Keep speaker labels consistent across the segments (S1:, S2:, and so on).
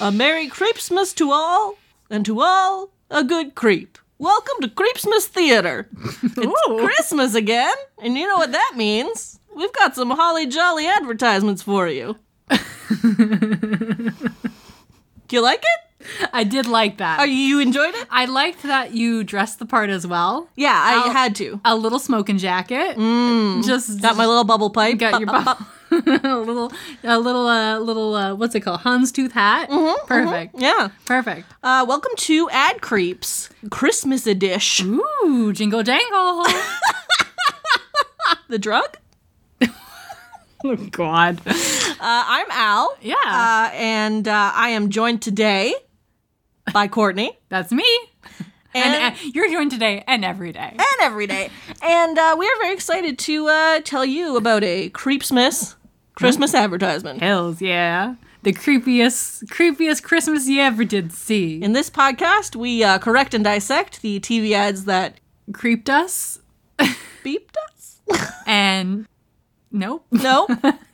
S1: A Merry Creepsmas to all, and to all a good creep. Welcome to Creepsmas Theater. It's Christmas again, and you know what that means. We've got some holly jolly advertisements for you. Do you like it?
S2: I did like that.
S1: Are you, you enjoyed it?
S2: I liked that you dressed the part as well.
S1: Yeah, I had to.
S2: A little smoking jacket. Just
S1: Got my little bubble pipe.
S2: got your
S1: Uh, uh,
S2: bu- a little, a little, uh, little. Uh, what's it called? Hans tooth hat. Perfect.
S1: Yeah.
S2: Perfect.
S1: Uh, welcome to Ad Creeps Christmas Edition.
S2: Ooh, jingle jangle.
S1: The drug?
S2: oh God.
S1: Uh, I'm Al.
S2: Yeah.
S1: Uh, and uh, I am joined today by Courtney.
S2: That's me.
S1: And,
S2: And,
S1: and,
S2: uh, you're doing today and every day.
S1: every day. And uh, we are very excited to uh, tell you about a Creepsmas Christmas advertisement.
S2: Hills, yeah. The creepiest, creepiest Christmas you ever did see.
S1: In this podcast, we uh, correct and dissect the TV ads that
S2: creeped us
S1: beeped us.
S2: and nope.
S1: No.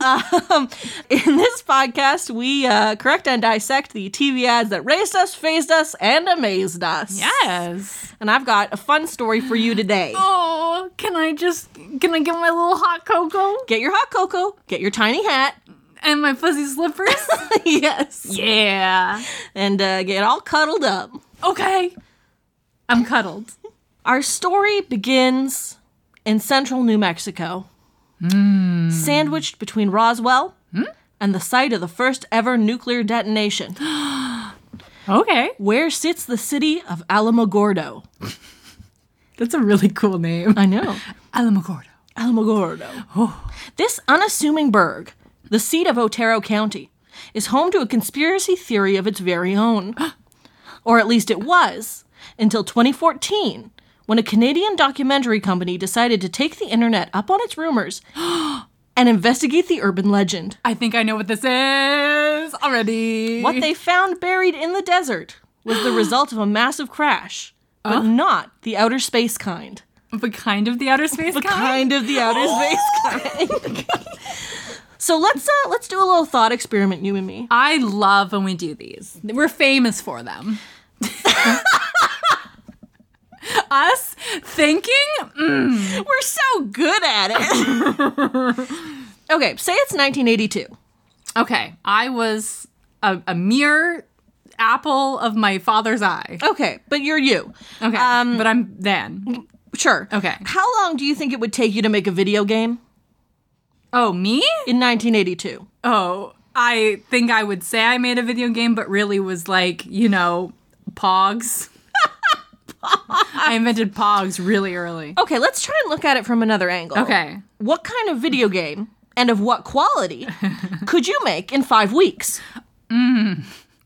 S1: um, in this podcast, we uh, correct and dissect the TV ads that raised us, phased us, and amazed us.
S2: Yes.
S1: And I've got a fun story for you today.
S2: Oh, can I just can I get my little hot cocoa
S1: Get your hot cocoa, get your tiny hat.
S2: and my fuzzy slippers?
S1: yes.
S2: yeah.
S1: And uh, get all cuddled up.
S2: Okay. I'm cuddled.
S1: Our story begins in central New Mexico, Hmm. sandwiched between Roswell and the site of the first ever nuclear detonation.
S2: Okay.
S1: Where sits the city of Alamogordo?
S2: That's a really cool name.
S1: I know.
S2: Alamogordo.
S1: Alamogordo. This unassuming burg, the seat of Otero County, is home to a conspiracy theory of its very own. or at least it was, until 2014, when a Canadian documentary company decided to take the internet up on its rumors and investigate the urban legend.
S2: I think I know what this is already.
S1: What they found buried in the desert was the result of a massive crash, but not the outer space kind.
S2: But kind of the outer space
S1: the
S2: kind?
S1: kind Oh. of the outer space kind. so let's uh, let's do a little thought experiment, you and me.
S2: I love when we do these. We're famous for them. Us thinking? Mm.
S1: We're so good at it. okay, say it's 1982.
S2: Okay, I was a, a mere apple of my father's eye.
S1: Okay, but you're you.
S2: Okay, but I'm then.
S1: Sure.
S2: Okay.
S1: How long do you think it would take you to make a video game
S2: Oh, me?
S1: in 1982?
S2: Oh, I think I would say I made a video game, but really was like, you know, Pogs. I invented Pogs really early.
S1: Okay, let's try and look at it from another angle.
S2: Okay.
S1: What kind of video game and of what quality could you make in five weeks?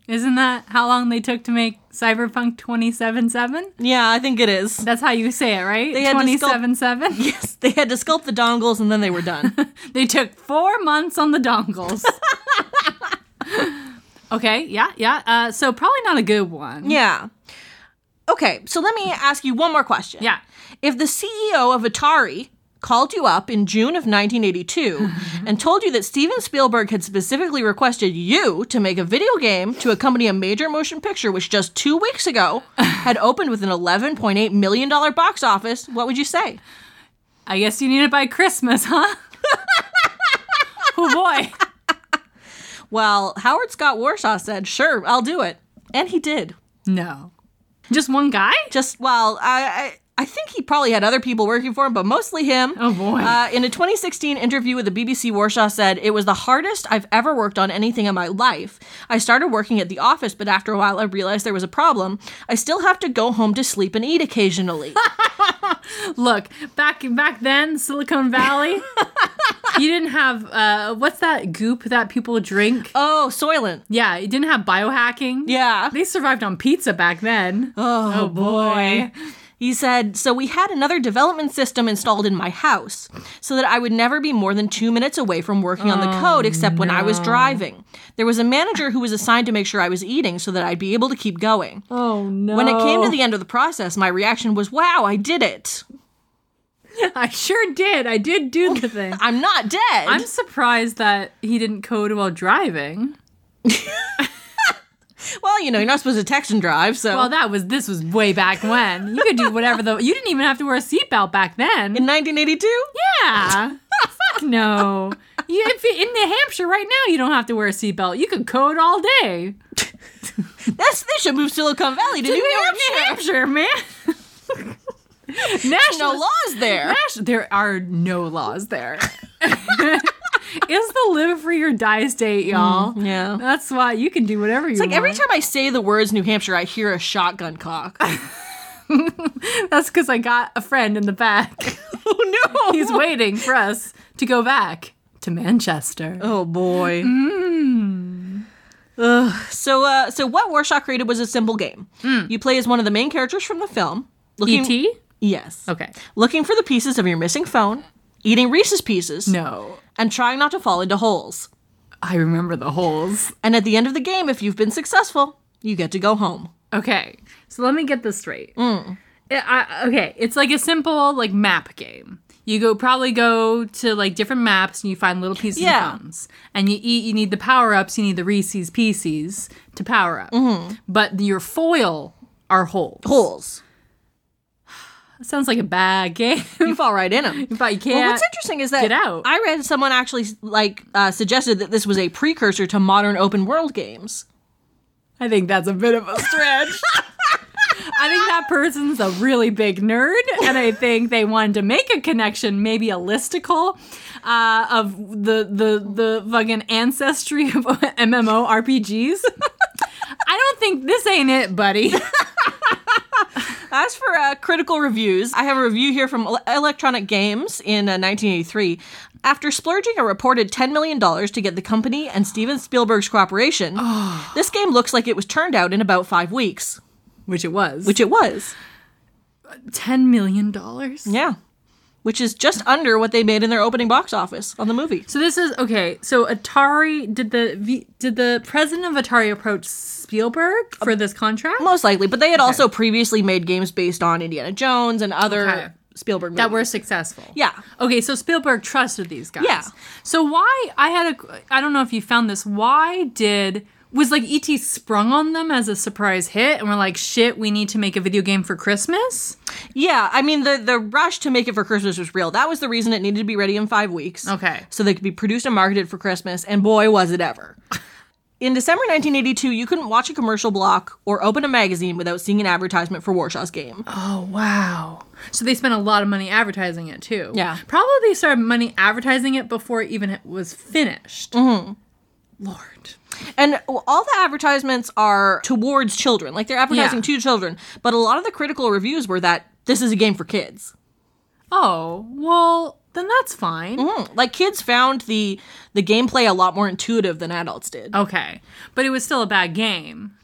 S2: Isn't that how long they took to make Cyberpunk 2077?
S1: Yeah, I think it is.
S2: That's how you say it, right?
S1: had to sculpt-
S2: 277.
S1: Yes, they had to sculpt the dongles and then they were done.
S2: They took 4 months on the dongles. okay, yeah, yeah. Uh, so probably not a good one.
S1: yeah. Okay, so let me ask you one more question.
S2: Yeah.
S1: If the CEO of Atari called you up in June of 1982 and told you that Steven Spielberg had specifically requested you to make a video game to accompany a major motion picture, which just two weeks ago had opened with an $11.8 million box office, what would you say?
S2: I guess you need it by Christmas, huh? oh boy.
S1: Well, Howard Scott Warshaw said, sure, I'll do it. And he did.
S2: No. Just one guy?
S1: just well I, I i think he probably had other people working for him but mostly him
S2: Oh, boy.
S1: uh, in a 2016 interview with the bbc warshaw said it was the hardest i've ever worked on anything in my life i started working at the office but after a while i realized there was a problem i still have to go home to sleep and eat occasionally
S2: Look, back back then, Silicon Valley, you didn't have uh, what's that goop that people drink?
S1: oh soylent
S2: Yeah, you didn't have biohacking.
S1: yeah
S2: They survived on pizza back then.
S1: Oh,
S2: boy.
S1: He said, So we had another development system installed in my house so that I would never be more than two minutes away from working on the code except when I was driving. There was a manager who was assigned to make sure I was eating so that I'd be able to keep going.
S2: Oh no.
S1: When it came to the end of the process, my reaction was, Wow, I did it.
S2: I sure did. I did do the thing.
S1: I'm not dead.
S2: I'm surprised that he didn't code while driving.
S1: Well, you know, you're not supposed to text and drive, so
S2: Well, that was this was way back when. You could do whatever the you didn't even have to wear a seatbelt back then.
S1: in 1982?
S2: Yeah. Fuck no. You, if you in New Hampshire right now, you don't have to wear a seatbelt. You could code all day.
S1: That's they should move Silicon Valley to
S2: We
S1: New
S2: are in New
S1: Hampshire.
S2: Hampshire, man.
S1: No
S2: National
S1: laws there.
S2: Ash, there are no laws there. it's the live free or die state, y'all.
S1: yeah.
S2: That's why you can do whatever you
S1: Hmm. Like every
S2: want.
S1: time I say the words New Hampshire, I hear a shotgun cock.
S2: That's because I got a friend in the back.
S1: oh no!
S2: He's waiting for us to go back to Manchester.
S1: Oh boy.
S2: Mm.
S1: Ugh. So, uh, so what Warshaw created was a simple game.
S2: Mm.
S1: You play as one of the main characters from the film. Looking,
S2: E.T.?
S1: Yes.
S2: E Okay.
S1: Looking for the pieces of your missing phone, eating Reese's pieces,
S2: No.
S1: and trying not to fall into holes.
S2: I remember the holes.
S1: And at the end of the game, if you've been successful, you get to go home.
S2: Okay, so let me get this straight.
S1: Mm.
S2: I- I- okay, it's like a simple like map game. You go probably go to like different maps and you find little pieces
S1: Yeah.
S2: of phones. And you eat. You need the power ups. You need the Reese's Pieces to power up. But your foil are holes.
S1: Mm-hmm. Holes.
S2: Sounds like a bad game.
S1: You fall right in them.
S2: but you can't.
S1: Well, what's interesting is that
S2: Get out.
S1: I read someone actually like uh, suggested that this was a precursor to modern open world games.
S2: I think that's a bit of a stretch. I think that person's a really big nerd, and I think they wanted to make a connection, maybe a listicle, uh, of the the the fucking ancestry of MMO RPGs. I don't think this ain't it, buddy.
S1: As for uh, critical reviews, I have a review here from Ele- Electronic Games in uh, 1983. After splurging a reported $10 million to get the company and Steven Spielberg's cooperation, this game looks like it was turned out in about five weeks,
S2: Which it was.
S1: which it was.
S2: ten million dollars.
S1: Yeah. Which is just under what they made in their opening box office on the movie.
S2: So this is okay. So Atari did the V- did the president of Atari approach Spielberg for this contract?
S1: Most likely, but they had also previously made games based on Indiana Jones and other
S2: Okay.
S1: Spielberg movies.
S2: that were successful.
S1: Yeah.
S2: Okay, so Spielberg trusted these guys.
S1: Yeah.
S2: So why I had a I don't know if you found this. Why did was like ET sprung on them as a surprise hit and we're like shit, we need to make a video game for Christmas?
S1: Yeah, I mean the the rush to make it for Christmas was real. That was the reason it needed to be ready in 5 weeks.
S2: Okay.
S1: So they could be produced and marketed for Christmas and boy was it ever. In December 1982, you couldn't watch a commercial block or open a magazine without seeing an advertisement for Warshaw's game.
S2: Oh wow. So they spent a lot of money advertising it too.
S1: Yeah.
S2: Probably they started money advertising it before it even was finished. Lord.
S1: And all the advertisements are towards children, like they're advertising
S2: Yeah.
S1: to children, but a lot of the critical reviews were that this is a game for kids.
S2: Oh, well, then that's fine.
S1: Mm, Like kids found the the gameplay a lot more intuitive than adults did.
S2: Okay. But it was still a bad game.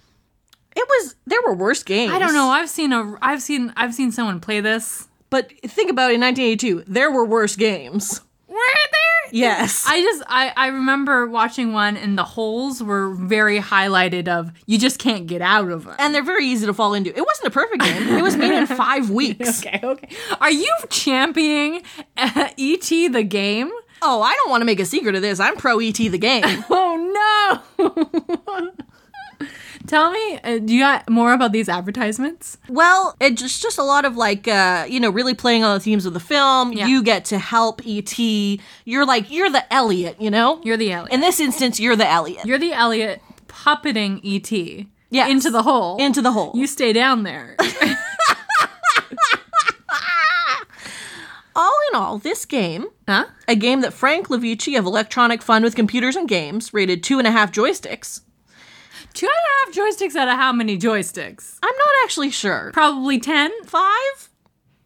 S1: It was there were worse games.
S2: I don't know. I've seen a. I've seen. I've seen someone play this.
S1: But think about it, in 1982, there were worse games.
S2: Were there?
S1: Yes.
S2: I just. I. I remember watching one, and the holes were very highlighted. Of you just can't get out of them.
S1: and they're very easy to fall into. It wasn't a perfect game. It was made in five weeks.
S2: Okay. Okay. Are you championing uh, ET the game?
S1: Oh, I don't want to make a secret of this. I'm pro ET the game.
S2: Oh no. Tell me, uh, do you got more about these advertisements?
S1: well, it's just, just a lot of like, uh, you know, really playing on the themes of the film.
S2: Yeah.
S1: You get to help ET. You're like, you're the Elliot, you know?
S2: You're the Elliot.
S1: in this instance, you're the Elliot.
S2: You're the Elliot puppeting ET
S1: Yes.
S2: into the hole.
S1: into the hole.
S2: you stay down there.
S1: all in all, this game,
S2: huh?
S1: a game that Frank Lavici of Electronic Fun with Computers and Games rated two and a half joysticks.
S2: Two and a half joysticks out of how many joysticks?
S1: I'm not actually sure.
S2: Probably 10,
S1: Five?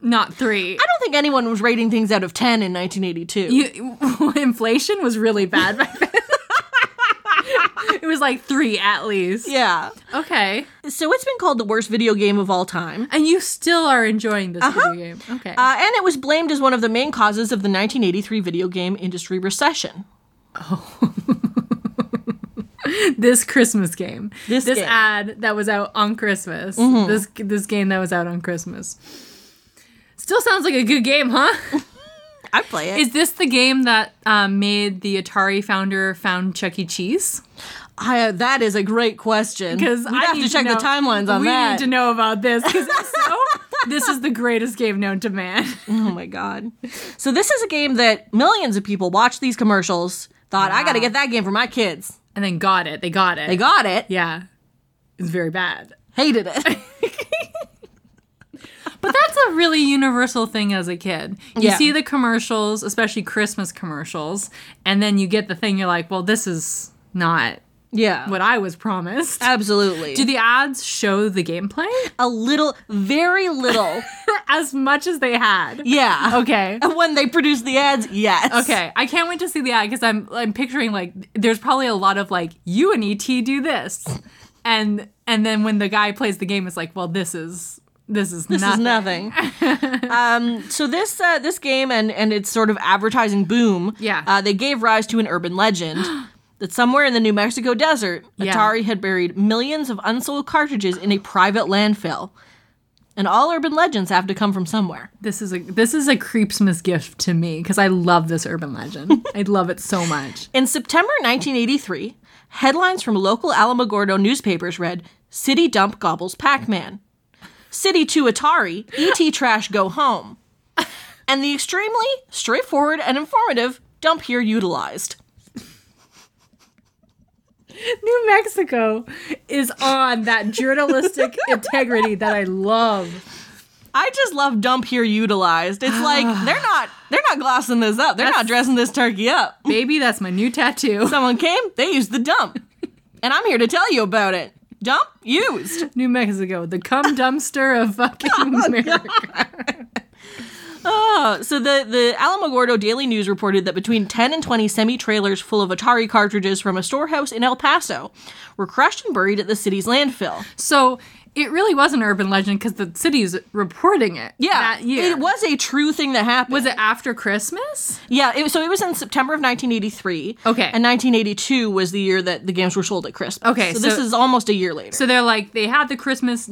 S2: not three.
S1: I don't think anyone was rating things out of 10 in 1982.
S2: You, inflation was really bad back then. it was like three at least.
S1: yeah.
S2: Okay.
S1: So it's been called the worst video game of all time.
S2: And you still are enjoying this video game. Okay.
S1: Uh, and it was blamed as one of the main causes of the 1983 video game industry recession.
S2: this Christmas game. Mm-hmm.
S1: This game.
S2: ad that was out on Christmas. This this game that was out on Christmas. Still sounds like a good game, huh?
S1: I play it.
S2: Is this the game that um, made the Atari founder found Chuck E. Cheese?
S1: I, uh, that is a great question.
S2: Because
S1: We'd
S2: I
S1: have
S2: need
S1: to check
S2: know-
S1: the timelines on
S2: we
S1: that.
S2: need to know about this because so, this is the greatest game known to man.
S1: Oh my god. So this is a game that millions of people watched these commercials, thought I got to get that game for my kids.
S2: And then got it. They got it.
S1: They got it,
S2: yeah, it's very bad.
S1: hated it.
S2: But that's a really universal thing as a kid. You
S1: Yeah.
S2: see the commercials, especially Christmas commercials, and then you get the thing you're like, well, this is not
S1: yeah.
S2: what I was promised.
S1: Absolutely.
S2: Do the ads show the gameplay
S1: a little very little.
S2: as much as they had?
S1: yeah.
S2: Okay.
S1: When they produce the ads, yes.
S2: Okay, I can't wait to see the ad because I'm I'm picturing like there's probably a lot of like you and ET do this, and and then when the guy plays the game, it's like, well, this is this is
S1: This is nothing. um, so this uh, this game and and its sort of advertising boom,
S2: Yeah.
S1: uh, they gave rise to an urban legend that somewhere in the New Mexico desert,
S2: Yeah.
S1: Atari had buried millions of unsold cartridges in a private landfill, and all urban legends have to come from somewhere.
S2: This is a this is a Creepsmas gift to me because I love this urban legend. I love it so much.
S1: In September 1983, headlines from local Alamogordo newspapers read City Dump Gobbles Pac Man, City 2 Atari, ET Trash Go Home, and the extremely straightforward and informative Dump Here Utilized.
S2: New Mexico is on that journalistic integrity that I love.
S1: I just love Dump Here Utilized. It's like they're not they're not glossing this up. They're not dressing this turkey up.
S2: Baby, that's my new tattoo.
S1: Someone came, they used the dump. And I'm here to tell you about it. Dump used.
S2: New Mexico, the cum dumpster of fucking America.
S1: Uh, so the the Alamogordo Daily News reported that between 10 and 20 semi-trailers full of Atari cartridges from a storehouse in El Paso were crushed and buried at the city's landfill.
S2: So it really was an urban legend because the city's reporting it. that year.
S1: it was a true thing that happened.
S2: Was it after Christmas?
S1: Yeah, it, was- so it was in September of 1983.
S2: Okay.
S1: and 1982 was the year that the games were sold at Christmas.
S2: Okay,
S1: so, this
S2: so-
S1: is almost a year later.
S2: So they're like they had the Christmas,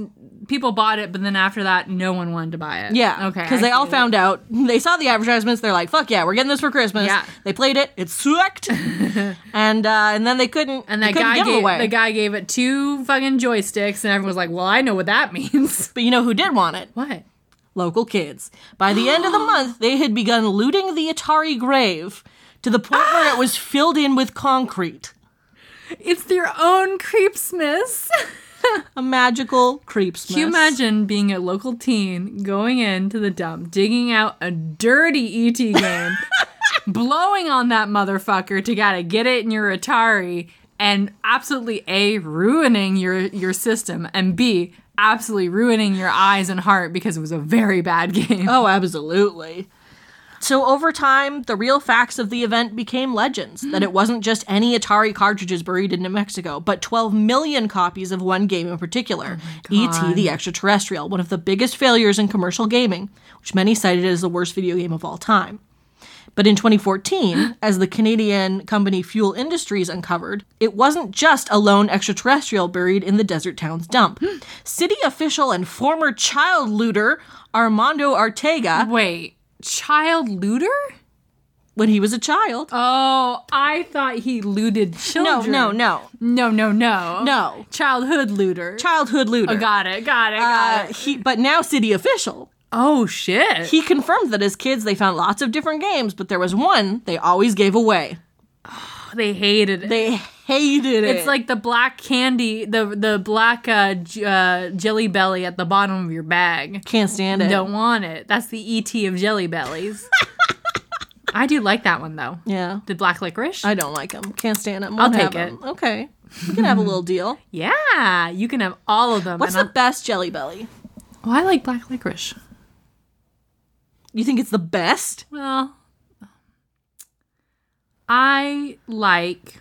S2: people bought it, but then after that, no one wanted to buy it.
S1: yeah,
S2: Okay.
S1: Because
S2: I
S1: they all
S2: see.
S1: found out, they saw the advertisements. They're like, "Fuck yeah, we're getting this for Christmas."
S2: Yeah.
S1: They played it. It sucked, and uh, and then they couldn't.
S2: And
S1: they
S2: that
S1: couldn't
S2: guy
S1: give it
S2: gave
S1: away.
S2: the guy gave it two fucking joysticks, and everyone was like, "Well, I know what that means."
S1: But you know who did want it?
S2: What?
S1: local kids. By the end of the month, they had begun looting the Atari grave to the point where it was filled in with concrete.
S2: It's their own Creepsmas.
S1: A magical creeps.
S2: Can you imagine being a local teen going into the dump, digging out a dirty ET game, blowing on that motherfucker to gotta get it in your Atari, and absolutely a ruining your your system, and b absolutely ruining your eyes and heart because it was a very bad game.
S1: Oh, absolutely. So over time, the real facts of the event became legends. That it wasn't just any Atari cartridges buried in New Mexico, but 12 million copies of one game in particular, E.T. the Extraterrestrial, one of the biggest failures in commercial gaming, which many cited as the worst video game of all time. But in 2014, as the Canadian company Fuel Industries uncovered, it wasn't just a lone extraterrestrial buried in the desert town's dump. City official and former child looter Armando Ortega,
S2: Wait, child looter?
S1: when he was a child.
S2: Oh, I thought he looted
S1: no,
S2: children.
S1: no, no.
S2: no, no, no,
S1: No.
S2: Childhood looter.
S1: Childhood looter.
S2: got it, got it, got
S1: Uh,
S2: it.
S1: he, but now city official.
S2: Oh shit.
S1: He confirmed that as kids they found lots of different games, but there was one they always gave away.
S2: they hated it.
S1: They hated it.
S2: It's like the black candy, the the black uh, j- uh, jelly belly at the bottom of your bag.
S1: can't stand it.
S2: Don't want it. That's the ET of jelly bellies. I do like that one though.
S1: Yeah.
S2: The black licorice.
S1: I don't like them. Can't stand them.
S2: I'll take it.
S1: Okay. We can have a little deal.
S2: yeah, you can have all of them.
S1: What's the
S2: and
S1: best Jelly Belly?
S2: I'll- oh, I like black licorice.
S1: You think it's the best?
S2: Well, I like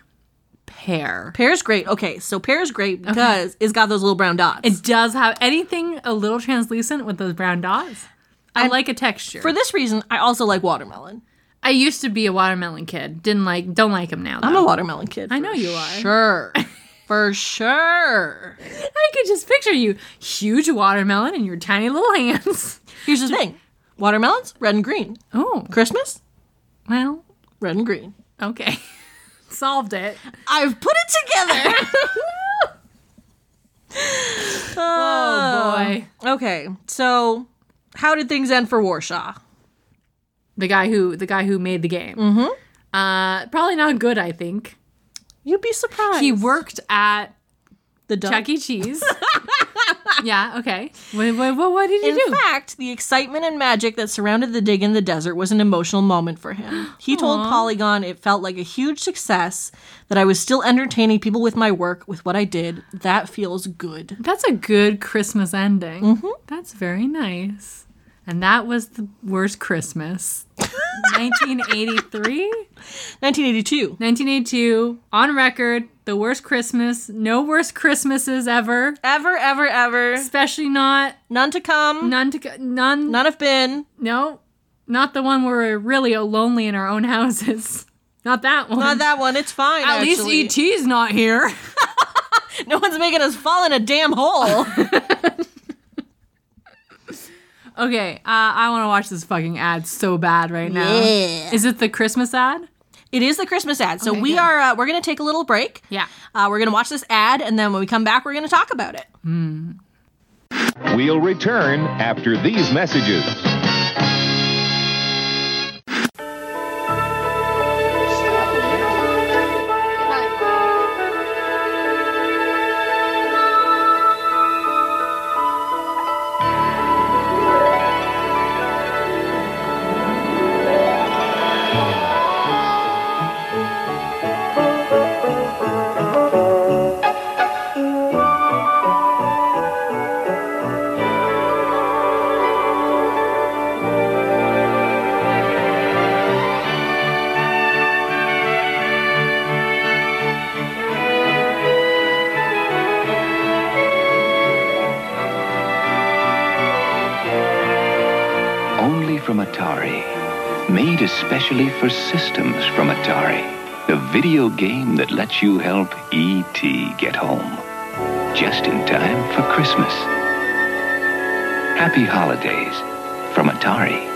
S2: pear.
S1: Pear's great. Okay, so pear's great because it's got those little brown dots.
S2: It does have anything a little translucent with those brown dots. I like a texture.
S1: For this reason, I also like watermelon.
S2: I used to be a watermelon kid. Didn't like, don't like him now. Though.
S1: I'm a watermelon kid.
S2: I
S1: for
S2: know you are.
S1: Sure. for sure.
S2: I could just picture you, huge watermelon in your tiny little hands.
S1: Here's the thing watermelons, red and green.
S2: Oh,
S1: Christmas,
S2: Well,
S1: Red and green.
S2: okay. Solved it.
S1: I've put it together. Uh,
S2: Oh boy.
S1: okay, so how did things end for Warshaw?
S2: The guy who the guy who made the game. Mm-hmm. Uh probably not good, I think.
S1: You'd be surprised.
S2: He worked at
S1: the dog.
S2: Chuck E. Cheese. yeah, okay. What, what, what, what did he
S1: In
S2: do?
S1: fact, the excitement and magic that surrounded the dig in the desert was an emotional moment for him. He told Polygon it felt like a huge success that I was still entertaining people with my work, with what I did. That feels good.
S2: That's a good Christmas ending.
S1: Mm-hmm.
S2: That's very nice. And that was the worst Christmas. 1983,
S1: 1982.
S2: 1982, on record, the worst Christmas. No worst Christmases ever,
S1: Ever, ever, ever.
S2: especially not
S1: None to come.
S2: none to co- none.
S1: None have been.
S2: No, not the one where we're really lonely in our own houses. Not that one.
S1: Not that one. It's fine.
S2: At
S1: actually.
S2: least ET's not here.
S1: No one's making us fall in a damn hole.
S2: Okay, uh, I want to watch this fucking ad so bad right now.
S1: Yeah.
S2: Is it the Christmas ad?
S1: it is the Christmas ad, so
S2: Okay,
S1: we
S2: good.
S1: are. Uh, we're gonna take a little break.
S2: Yeah.
S1: Uh, we're gonna watch this ad, and then when we come back, we're gonna talk about it.
S3: We'll return after these messages.
S4: only from Atari. Made especially for systems from Atari. The video game that lets you help E.T. get home. Just in time for Christmas. Happy Holidays from Atari.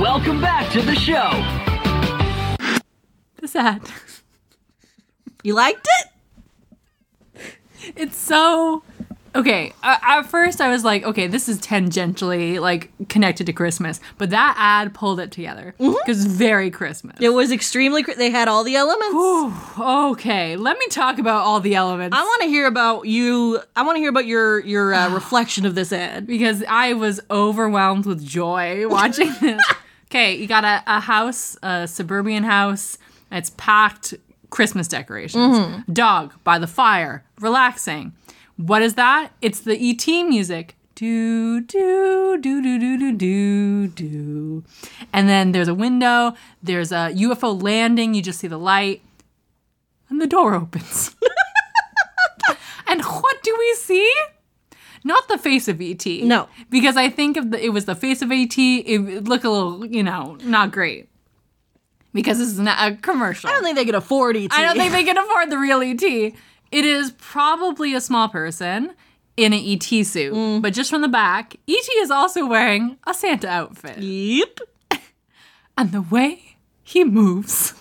S5: Welcome back to the show.
S2: This ad.
S1: You liked it?
S2: It's so. Okay, uh, at first I was like, okay, this is tangentially like connected to Christmas, but that ad pulled it together because it's very Christmas.
S1: It was extremely. cr- They had all the elements.
S2: Okay, let me talk about all the elements
S1: I want to hear about you. I want to hear about your your uh, reflection of this ad.
S2: because I was overwhelmed with joy watching this. Okay, you got a, a house, a suburban house. It's packed Christmas decorations. Dog by the fire, relaxing. What is that? It's the ET music. Do, do, do, do, do, do, do, do. And then there's a window, there's a UFO landing, you just see the light, and the door opens. and what do we see? Not the face of ET.
S1: No.
S2: Because I think if the, it was the face of ET, it looked a little, you know, not great. Because this is not a commercial.
S1: I don't think they could afford E ET.
S2: I don't think they can afford the real ET. It is probably a small person in an ET suit,
S1: Mm.
S2: but just from the back, ET is also wearing a Santa outfit.
S1: Yep.
S2: And the way he moves.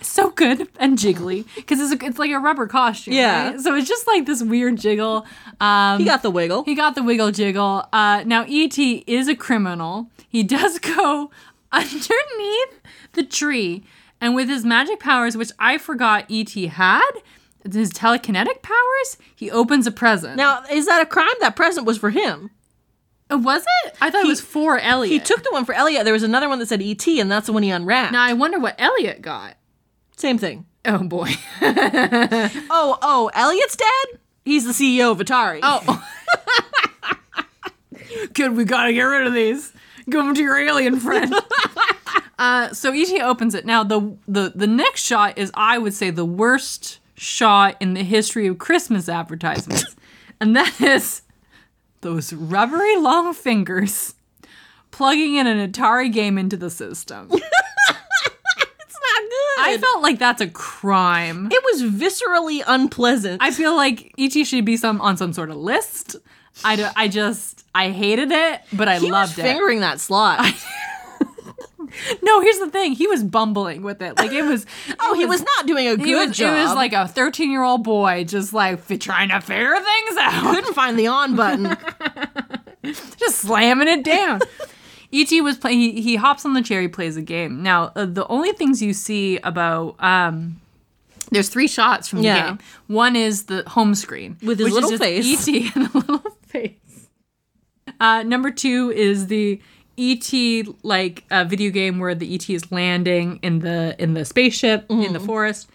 S2: so good and jiggly because it's, a- it's like a rubber costume.
S1: Yeah.
S2: right? So it's just like this weird jiggle. Um,
S1: He got the wiggle.
S2: he got the wiggle jiggle. Uh, now ET is a criminal. He does go underneath the tree, and with his magic powers, which I forgot ET had, his telekinetic powers, he opens a present.
S1: Now, is that a crime? That present was for him.
S2: Uh, was it? I thought it was for Elliot.
S1: He took the one for Elliot. There was another one that said ET, and that's the one he unwrapped.
S2: Now I wonder what Elliot got.
S1: Same thing.
S2: Oh boy.
S1: Oh, oh, Elliot's dead. He's the CEO of Atari.
S2: Oh. Good, we gotta get rid of these. Give them to your alien friend. uh, so ET opens it. Now the the the next shot is I would say the worst shot in the history of Christmas advertisements, and that is those rubbery long fingers plugging in an Atari game into the system.
S1: it's not good.
S2: I felt like that's a crime.
S1: it was viscerally unpleasant.
S2: E I feel like ET should be some on some sort of list. I, don't, I just, I hated it, but I
S1: He was
S2: loved it.
S1: fingering that slot.
S2: No, here's the thing. He was bumbling with it. Like it was.
S1: oh,
S2: it
S1: he was not doing a good
S2: He was,
S1: job.
S2: It was like a 13 year old boy just like fi- trying to figure things out,
S1: couldn't find the on button.
S2: just slamming it down. E.T. was playing, he, he hops on the chair, he plays a game. Now, uh, the only things you see about, um, there's three shots from the
S1: Yeah.
S2: game. One is the home screen
S1: With his
S2: which
S1: little
S2: is just E
S1: face.
S2: E.T. and a little face. Uh, number two is the ET like uh, video game where the ET is landing in the in the spaceship in
S1: Mm-hmm.
S2: the forest,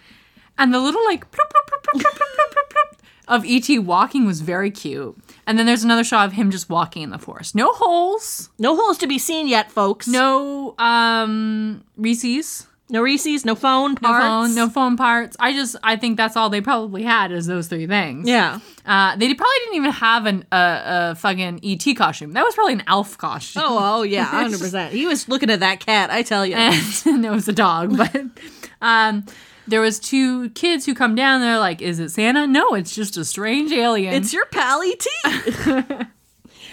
S2: and the little like plop, plop, plop, plop, plop, plop, plop, plop of ET walking was very cute. And then there's another shot of him just walking in the forest, no holes,
S1: no holes to be seen yet, folks.
S2: no um Reese's,
S1: no Reese's, no phone
S2: no
S1: parts.
S2: phone, no phone parts. I just I think that's all they probably had is those three things.
S1: Yeah.
S2: Uh, they probably didn't even have an a, a fucking ET costume. That was probably an elf costume.
S1: Oh, oh yeah, hundred percent. He was looking at that cat. I tell you.
S2: and no, it was a dog, but um, there was two kids who come down. They're like, "Is it Santa?" No, it's just a strange alien.
S1: It's your pal E ET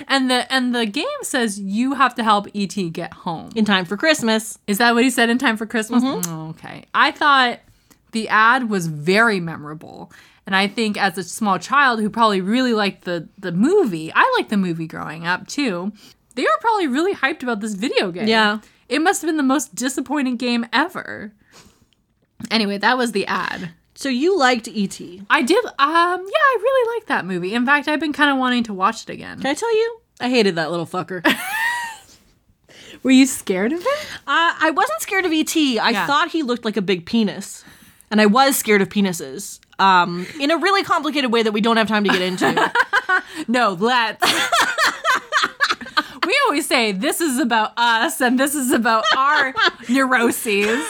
S2: and the and the game says you have to help ET get home.
S1: in time for Christmas.
S2: Is that what he said in time for Christmas? Oh, okay, I thought the ad was very memorable. And I think as a small child who probably really liked the the movie, I liked the movie growing up too. They were probably really hyped about this video game.
S1: Yeah.
S2: It must have been the most disappointing game ever. Anyway, that was the ad.
S1: So you liked E ET?
S2: I did um yeah, I really like that movie. In fact, I've been kind of wanting to watch it again.
S1: Can I tell you? I hated that little fucker. uh,
S2: Were you scared of it?
S1: I wasn't scared of ET. I
S2: Yeah.
S1: thought he looked like a big penis, and I was scared of penises. Um, in a really complicated way that we don't have time to get into.
S2: No, let's. we always say this is about us and this is about our neuroses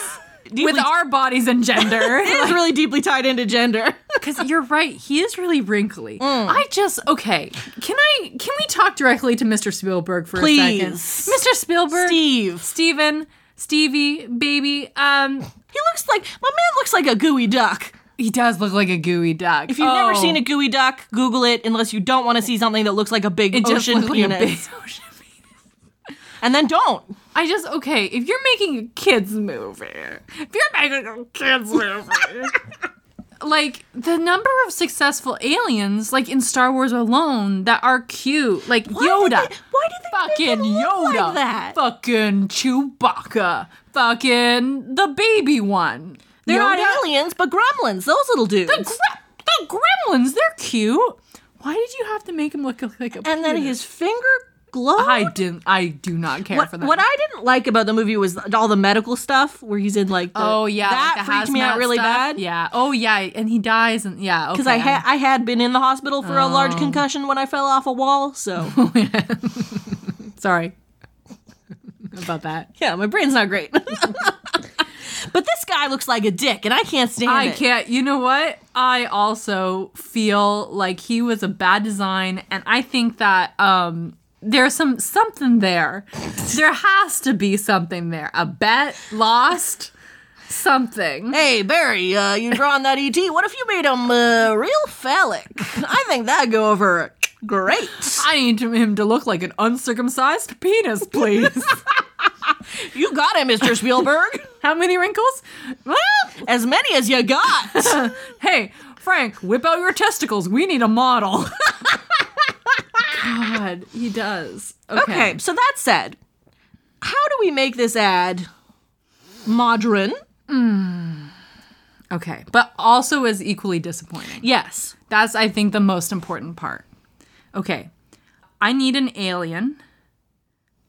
S2: with our bodies and gender.
S1: it is really deeply tied into gender.
S2: Because you're right, he is really wrinkly. I just okay. Can I? Can we talk directly to Mr. Spielberg for a second?
S1: Please.
S2: Mr. Spielberg,
S1: Steve.
S2: Steven, Stevie, baby. Um,
S1: He looks like my man looks like a gooey duck.
S2: he does look like a gooey duck. Oh.
S1: If you've never seen a gooey duck, Google it. Unless you don't want to see something that looks like a big
S2: it just
S1: ocean
S2: looks like a
S1: penis,
S2: big ocean penis.
S1: and then don't.
S2: I just okay. If you're making a kids movie, if you're making a kids movie, like the number of successful aliens, like in Star Wars alone, that are cute, like
S1: Why did
S2: Yoda,
S1: they- why did they make
S2: fucking
S1: him look
S2: Yoda,
S1: like that?
S2: fucking Chewbacca, fucking the baby one.
S1: They're
S2: Yoda?
S1: not aliens, but gremlins. Those little dudes.
S2: The, gre- the gremlins, they're cute. Why did you have to make him look like a?
S1: and then
S2: penis?
S1: his finger glowed.
S2: I didn't. I do not care
S1: what,
S2: for that.
S1: what I didn't like about the movie was all the medical stuff where he's in like. The,
S2: Oh yeah,
S1: that
S2: like the
S1: freaked me out
S2: hazmat
S1: really
S2: stuff.
S1: bad.
S2: Yeah. Oh yeah, and he dies and yeah.
S1: because I had I had been in the hospital for a
S2: Oh.
S1: large concussion when I fell off a wall. So
S2: sorry about that.
S1: yeah, my brain's not great. but this guy looks like a dick, and I can't stand
S2: I
S1: it.
S2: can't. You know what? I also feel like he was a bad design, and I think that um there's some something there. there has to be something there. A bet lost. Something.
S1: Hey Barry, uh, you drawn that ET? What if you made him uh, real phallic? I think that'd go over great.
S2: I need him to look like an uncircumcised penis, please.
S1: You got it, Mr. Spielberg.
S2: How many wrinkles? Well,
S1: as many as you got.
S2: hey, Frank, whip out your testicles. We need a model. God, he does. Okay.
S1: okay, so that said, how do we make this ad modern?
S2: Okay. But also is equally disappointing.
S1: Yes.
S2: That's, I think, the most important part. Okay. I need an alien.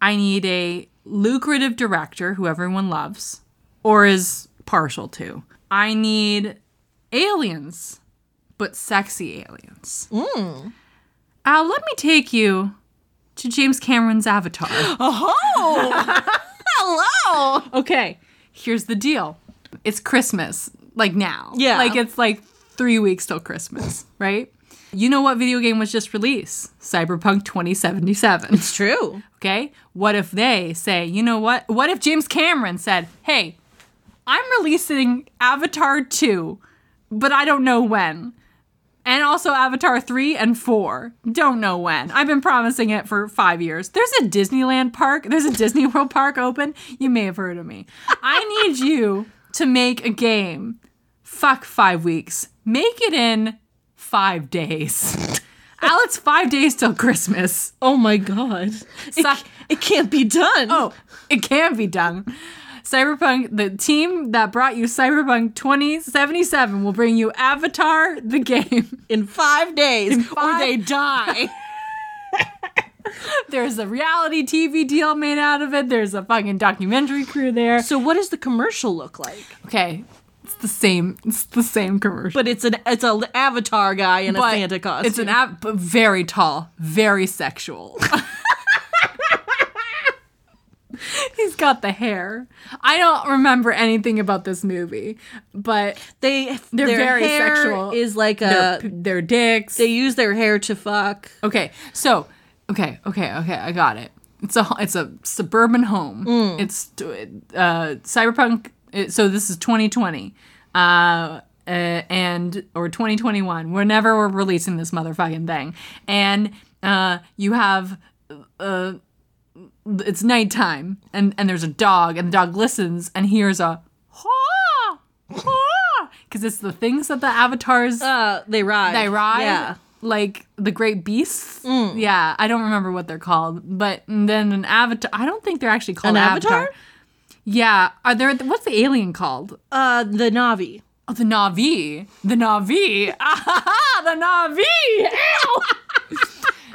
S2: I need a lucrative director who everyone loves or is partial to. I need aliens, but sexy aliens. Uh, let me take you to James Cameron's Avatar.
S1: Hello.
S2: okay, here's the deal. It's Christmas, like now.
S1: Yeah.
S2: Like it's like three weeks till Christmas, right? You know what video game was just released? Cyberpunk 2077.
S1: It's true.
S2: Okay? What if they say, you know what? What if James Cameron said, hey, I'm releasing Avatar 2, but I don't know when. and also Avatar 3 and 4. Don't know when. I've been promising it for five years. There's a Disneyland park, there's a Disney World park open. You may have heard of me. I need you to make a game. Fuck five weeks. Make it in five days. Alex, five days till Christmas.
S1: Oh my god. It,
S2: So-
S1: ca- it can't be done.
S2: Oh, it can be done. Cyberpunk, the team that brought you Cyberpunk 2077 will bring you Avatar the game.
S1: in five days,
S2: five-
S1: or they die.
S2: There's a reality TV deal made out of it. There's a fucking documentary crew there.
S1: so, what does the commercial look like?
S2: Okay, it's the same. It's the same commercial.
S1: But it's an it's a avatar guy in a Santa costume.
S2: It's an app, but very tall, very sexual. He's got the hair. I don't remember anything about this movie, but
S1: they
S2: They're
S1: their
S2: very
S1: hair
S2: sexual.
S1: Is like
S2: their,
S1: a
S2: their dicks.
S1: they use their hair to fuck.
S2: Okay, so okay, okay, okay, I got it. It's a it's a suburban home. It's uh, cyberpunk. It, so this is 2020, uh, uh, and or 2021, whenever we're releasing this motherfucking thing, and uh, you have uh, it's nighttime, and and there's a dog, and the dog listens and hears a ha ha because it's the things that the avatars
S1: Uh, they ride.
S2: they ride
S1: Yeah. Mm.
S2: like the great beasts yeah i don't remember what they're called but then an avatar i don't think they're actually called
S1: An avatar?
S2: yeah are there what's the alien called
S1: Uh, the Navi.
S2: oh the navi the navi ah the navi Ew!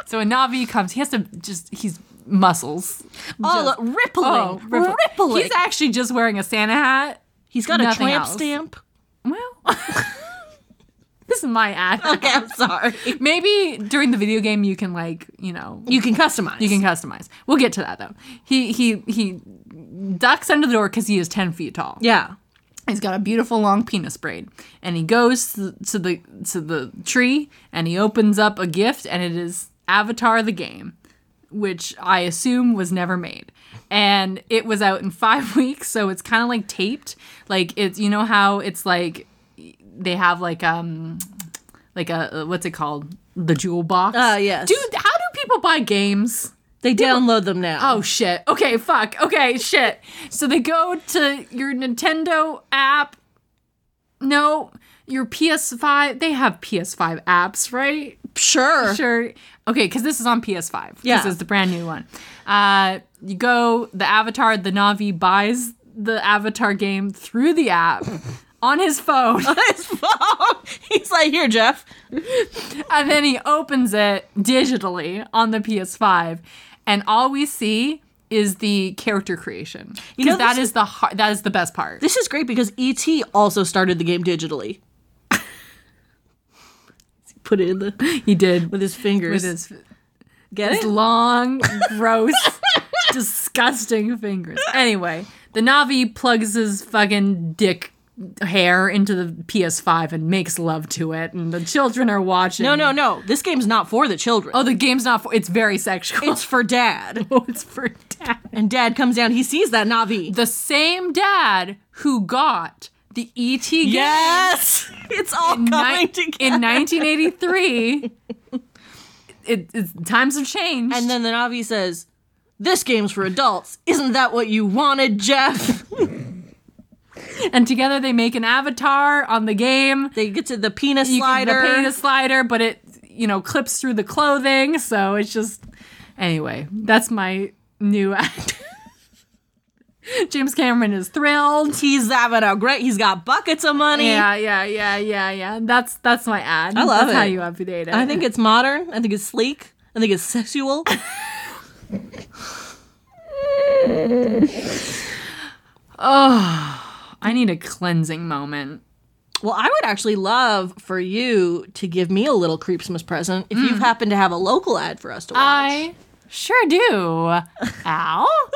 S2: so a navi comes he has to just he's muscles
S1: Oh, look, rippling,
S2: oh
S1: rippling.
S2: he's actually just wearing a santa hat
S1: he's got a
S2: nothing
S1: tramp
S2: else.
S1: stamp.
S2: well this is my ad
S1: Okay, I'm sorry.
S2: maybe during the video game you can like you know
S1: You can customize.
S2: You can customize. We'll get to that though. He he he ducks under the door because he is ten feet tall.
S1: Yeah.
S2: He's got a beautiful long penis braid, and he goes to to the to the tree and he opens up a gift, and it is Avatar the game, which I assume was never made, and it was out in five weeks, so it's kind of like taped. Like it's you know how it's like they have like um like a what's it called the jewel box.
S1: Ah, yes.
S2: Dude, how do people buy games?
S1: They download them now.
S2: Oh shit. Okay, fuck. Okay, shit. So they go to your Nintendo app. No, your PS5. They have PS5 apps, right?
S1: sure.
S2: Sure. Okay, because this is on PS5.
S1: Yeah.
S2: This is the brand new one. Uh, you go, the avatar, the Navi buys the avatar game through the app on his phone.
S1: His phone. He's like, here, Jeff.
S2: And then he opens it digitally on the PS5, and all we see is the character creation.
S1: You know,
S2: Because that
S1: this
S2: is the har- that is the best part.
S1: This is great because ET also started the game digitally. Put it in the
S2: He did
S1: with his fingers.
S2: with his,
S1: Get
S2: his
S1: it?
S2: long, gross, disgusting fingers. Anyway, the Navi plugs his fucking dick hair into the PS5 and makes love to it, and the children are watching.
S1: No, no, no. This game's not for the children.
S2: Oh, the game's not for. It's very sexual.
S1: It's for dad.
S2: Oh, it's for dad.
S1: And dad comes down. He sees that Navi.
S2: the same dad who got the ET game
S1: yes. It's all
S2: ni-
S1: coming
S2: in
S1: together.
S2: 1983. It, it's, times have changed.
S1: and then the Navi says, this game's for adults. Isn't that what you wanted, Jeff?
S2: and together they make an avatar on the game.
S1: they get to the penis
S2: You can-
S1: slider.
S2: the paint is slider, but it you know clips through the clothing, so it's just anyway. That's my new act. James Cameron is thrilled.
S1: He's having a great. He's got buckets of money.
S2: Yeah, yeah, yeah, yeah, yeah. That's that's my ad.
S1: I love
S2: that's How
S1: it.
S2: you update it?
S1: I think it's modern. I think it's sleek. I think it's sexual.
S2: I need a cleansing moment.
S1: Well, I would actually love for you to give me a little Creepsmas present if you happen to have a local ad for us to watch.
S2: I sure do. Ow.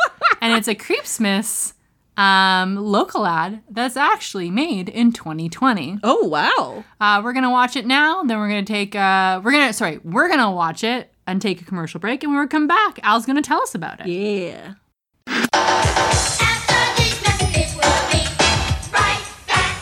S2: and it's a Creepsmas um, local ad that's actually made in 2020.
S1: oh wow!
S2: Uh, we're gonna watch it now. Then we're gonna take. Uh, we're gonna sorry. We're gonna watch it and take a commercial break. And when we come back, Al's gonna tell us about it.
S1: Yeah.
S6: After these messages, we'll be right back.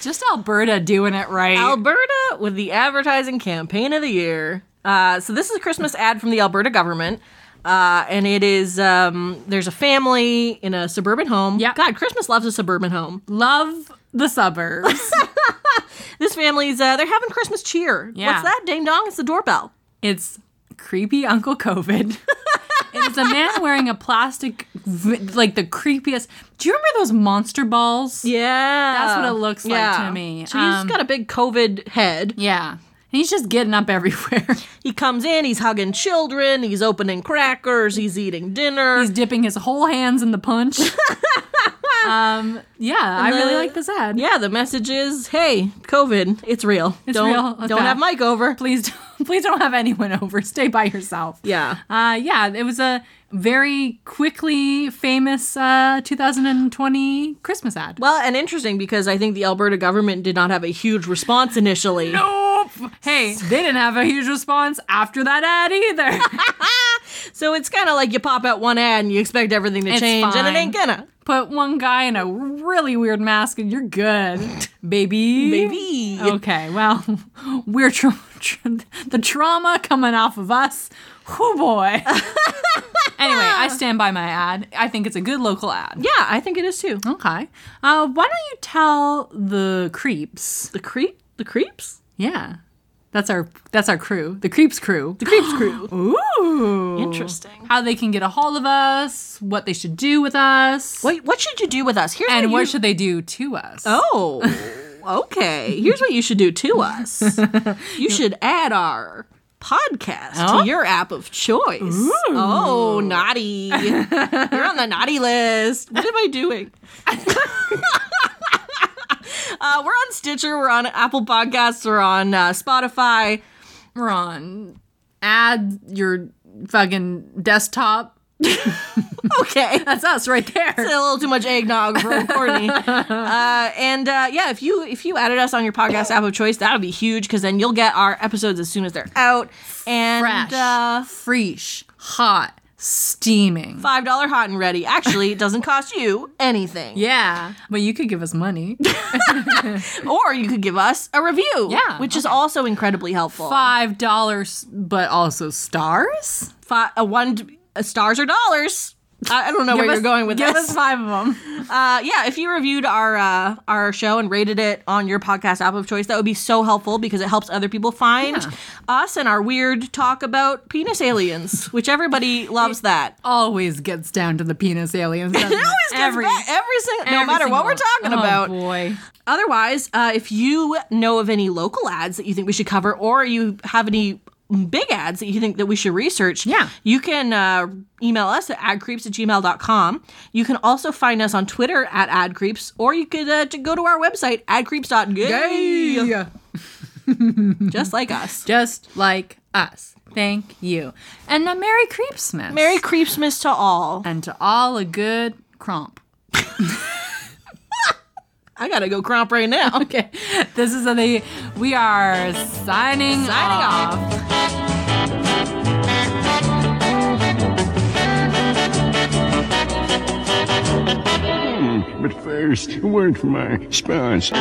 S2: Just Alberta doing it right.
S1: Alberta with the advertising campaign of the year. Uh, so this is a Christmas ad from the Alberta government. Uh, and it is um, there's a family in a suburban home.
S2: Yep.
S1: God, Christmas loves a suburban home.
S2: Love the suburbs.
S1: This family's uh, they're having Christmas cheer.
S2: Yeah.
S1: What's that? Ding dong! It's the doorbell.
S2: it's creepy Uncle COVID. it's a man wearing a plastic, v- like the creepiest. Do you remember those monster balls?
S1: Yeah,
S2: That's what it looks like to me.
S1: So he's
S2: Um,
S1: got a big COVID head.
S2: Yeah. And he's just getting up everywhere.
S1: He comes in, he's hugging children, he's opening crackers, he's eating dinner.
S2: he's dipping his whole hands in the punch. um, yeah, I really
S1: the-
S2: like this ad.
S1: yeah, the message is, hey, COVID, it's real.
S2: It's
S1: don't
S2: real. It's
S1: don't
S2: bad.
S1: have Mike over.
S2: Please, don't, please don't have anyone over. Stay by yourself.
S1: Yeah.
S2: Uh, yeah, it was a very quickly famous uh, 2020 Christmas ad.
S1: Well, Uh, and interesting because I think the Alberta government did not have a huge response initially.
S2: Nope. Hey, they didn't have a huge response after that ad either.
S1: So it's kind of like you pop out one ad and you expect everything to
S2: It's
S1: change, and
S2: fine.
S1: it ain't gonna.
S2: Put one guy in a really weird mask and you're good, baby.
S1: Baby.
S2: Okay, well, we're tra- tra- the trauma coming off of us. Oh boy. anyway, I stand by my ad. I think it's a good local ad.
S1: Yeah, I think it is too.
S2: Okay. Uh, why don't you tell the creeps?
S1: The creep, the creeps,
S2: Yeah. That's our that's our crew. The creeps crew.
S1: the creeps crew.
S2: Ooh.
S1: Interesting.
S2: How they can get a hold of us, what they should do with us,
S1: Wait, what should you do with us? Here's
S2: and
S1: what
S2: what
S1: you-
S2: should they do to us.
S1: Oh, okay. Here's what you should do to us. You should add our podcast
S2: Oh?
S1: to your app of choice. Oh, naughty. You're on the naughty list. What am I doing? uh, we're on Stitcher, we're on Apple Podcasts, we're on uh, Spotify.
S2: Ron, add your fucking desktop.
S1: Okay.
S2: That's us right there.
S1: a little too much eggnog for old Courtney. uh, and uh, yeah, if you if you added us on your podcast app of choice, that would be huge because then you'll get our episodes as soon as they're out. And
S2: Fresh,
S1: uh,
S2: fresh, hot, steaming.
S1: five dollar hot and ready. Actually, it doesn't cost you anything.
S2: Yeah, but you could give us money.
S1: Or you could give us a review.
S2: Yeah,
S1: Which is also incredibly helpful.
S2: Five dollars, but also stars.
S1: Fi- a one a stars or dollars. I I don't know where
S2: Give
S1: you're
S2: us-
S1: going with
S2: give
S1: this.
S2: us five of them.
S1: Uh, yeah, if you reviewed our uh, our show and rated it on your podcast app of choice, that would be so helpful because it helps other people find us and our weird talk about penis aliens, which everybody loves that.
S2: Always gets down to the penis aliens.
S1: It always gets every, every single, Oh, no matter what we're talking about.
S2: Oh, boy.
S1: Otherwise, uh, if you know of any local ads that you think we should cover, or you have any big ads that you think that we should research,
S2: Yeah.
S1: you can uh, email us at adcreeps at gmail.com. You can also find us on Twitter at adcreeps, or you could uh, j- go to our website, adcreeps.gay, just like us.
S2: Just like us. Thank you. And a Merry Creepsmas.
S1: Merry Creepsmas to all.
S2: and to all a good cromp.
S1: I gotta go cromp right now.
S2: Okay. This is the we are signing, signing
S1: off.
S2: off.
S4: But first, a word from our sponsor.